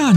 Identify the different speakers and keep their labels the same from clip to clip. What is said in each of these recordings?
Speaker 1: 大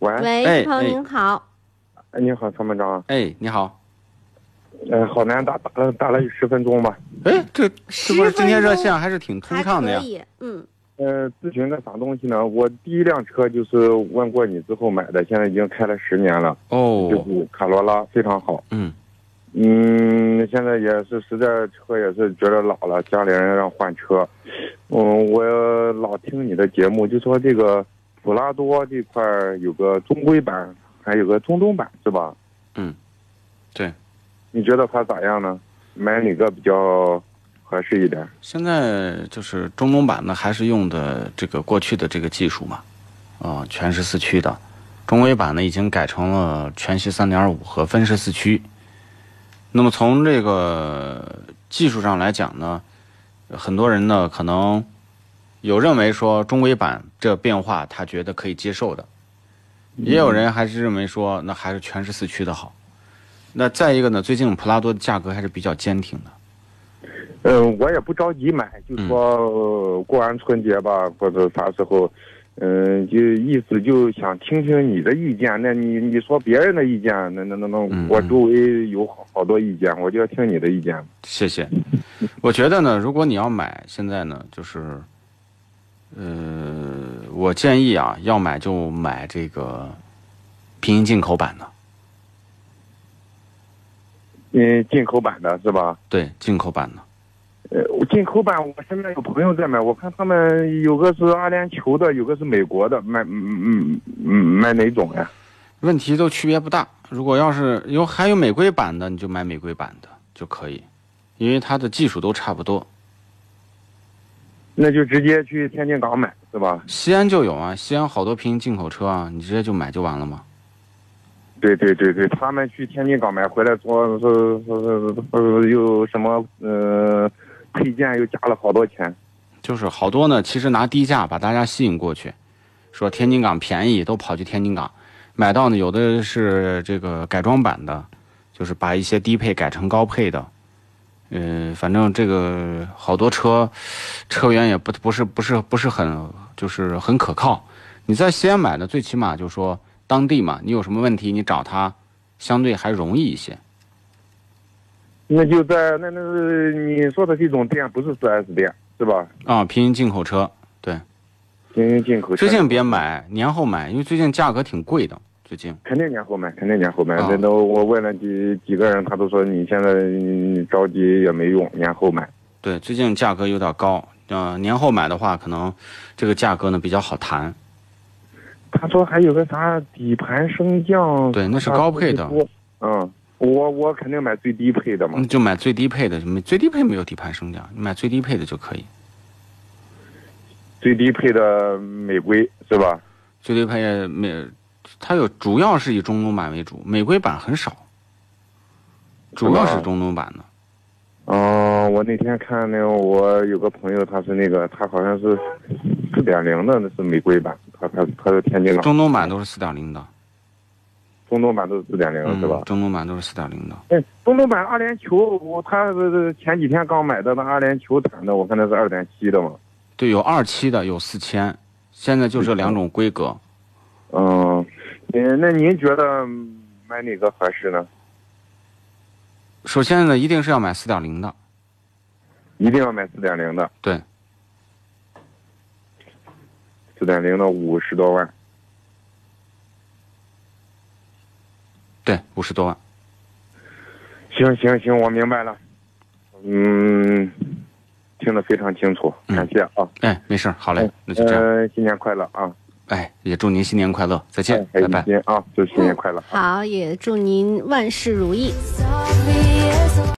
Speaker 2: 喂，
Speaker 3: 哎
Speaker 4: 喂，朋友
Speaker 3: 哎
Speaker 4: 您好，
Speaker 2: 哎你好，参谋长。
Speaker 3: 哎，你好，
Speaker 2: 呃，好难打，打了打了有十分钟吧。
Speaker 3: 哎，这这不是
Speaker 4: 10
Speaker 3: 今天
Speaker 4: 分
Speaker 3: 热
Speaker 4: 钟
Speaker 3: 线还是挺通
Speaker 4: 还
Speaker 3: 畅的
Speaker 4: 可
Speaker 3: 呀？
Speaker 4: 以，嗯，
Speaker 2: 呃，咨询个啥东西呢？我第一辆车就是问过你之后买的，现在已经开了十年了，就
Speaker 3: 哦，
Speaker 2: 是卡罗拉，非常好。
Speaker 3: 嗯，
Speaker 2: 嗯，现在也是实在车也是觉得老了，家里人让换车。嗯，我老听你的节目，就说这个普拉多这块儿有个中规版，还有个中东版，是吧？
Speaker 3: 嗯，对。
Speaker 2: 你觉得它咋样呢？买哪个比较合适一点？
Speaker 3: 现在就是中东版呢，还是用的这个过去的这个技术嘛，啊、全时四驱的。中规版呢，已经改成了全息3.5和分时四驱。那么从这个技术上来讲呢，很多人呢可能有认为说中规版这变化他觉得可以接受的，也有人还是认为说那还是全时四驱的好。那再一个呢，最近普拉多的价格还是比较坚挺的。
Speaker 2: 嗯，我也不着急买，就说、
Speaker 3: 嗯
Speaker 2: 呃过完春节吧，或者啥时候，嗯，就意思就想听听你的意见。那你你说别人的意见，那那那那
Speaker 3: 嗯，
Speaker 2: 我周围有好好多意见，我就要听你的意见。
Speaker 3: 谢谢。我觉得呢，如果你要买，现在呢，就是，呃，我建议啊，要买就买这个平行进口版的，
Speaker 2: 嗯，进口版的是吧？
Speaker 3: 对，进口版的。
Speaker 2: 呃，进口版我身边有朋友在买，我看他们有个是阿联酋的，有个是美国的，买嗯嗯嗯买哪种呀？
Speaker 3: 问题都区别不大。如果要是有还有美规版的，你就买美规版的就可以，因为它的技术都差不多。
Speaker 2: 那就直接去天津港买是吧？
Speaker 3: 西安就有啊，西安好多平行进口车啊，你直接就买就完了嘛。
Speaker 2: 对对对对，他们去天津港买回来说说说说说又什么呃配件又加了好多钱。
Speaker 3: 就是好多呢，其实拿低价把大家吸引过去，说天津港便宜，都跑去天津港买到呢。有的是这个改装版的，就是把一些低配改成高配的。嗯、反正这个好多车，车源也不不是不是不是很就是很可靠。你在西安买的，最起码就说当地嘛，你有什么问题你找他，相对还容易一些。
Speaker 2: 那就在那那是你说的这种店不是 4S 店是吧？
Speaker 3: 啊，平行进口车，
Speaker 2: 进行进口车
Speaker 3: 最近别买，年后买，因为最近价格挺贵的，最近。
Speaker 2: 肯定年后买，肯定年后买。
Speaker 3: 啊
Speaker 2: 那都我问了几几个人，他都说你现在嗯着急也没用，年后买。
Speaker 3: 对，最近价格有点高，呃，年后买的话，可能这个价格呢比较好谈。
Speaker 2: 他说还有个啥底盘升降，
Speaker 3: 对那是高配的嗯
Speaker 2: 嗯，我我肯定买最低配的嘛。
Speaker 3: 你就买最低配的，没最低配没有底盘升降，你买最低配的就可以。
Speaker 2: 最低配的美规是吧？
Speaker 3: 最低配美，它有主要是以中东版为主，美规版很少，主要是中东版的。
Speaker 2: 哦，我那天看那个，我有个朋友，他是那个，他好像是四点零的，那是玫瑰版，他他他是天津港，
Speaker 3: 中东版都是四点零的，
Speaker 2: 中东版都是四点零
Speaker 3: 嗯
Speaker 2: 是吧？
Speaker 3: 中东版都是四点零的。
Speaker 2: 哎，中东版阿联酋，我他是前几天刚买的，那阿联酋产的，我看那是二点七的嘛。
Speaker 3: 对，有二七的，有四千，现在就这两种规格。
Speaker 2: 嗯，嗯，那您觉得买哪个合适呢？
Speaker 3: 首先呢，一定是要买四点零的。
Speaker 2: 一定要买四点零的，
Speaker 3: 对，
Speaker 2: 四点零的五十多万。
Speaker 3: 对，五十多万。
Speaker 2: 行行行，我明白了。嗯，听得非常清楚，感谢啊。
Speaker 3: 哎，没事儿，好嘞
Speaker 2: 嗯，
Speaker 3: 那就这样。
Speaker 2: 呃，新年快乐啊！
Speaker 3: 哎，也祝您新年快乐，再见，
Speaker 2: 哎
Speaker 3: 拜拜。
Speaker 2: 新年啊，祝新年快乐啊！
Speaker 4: 好，也祝您万事如意。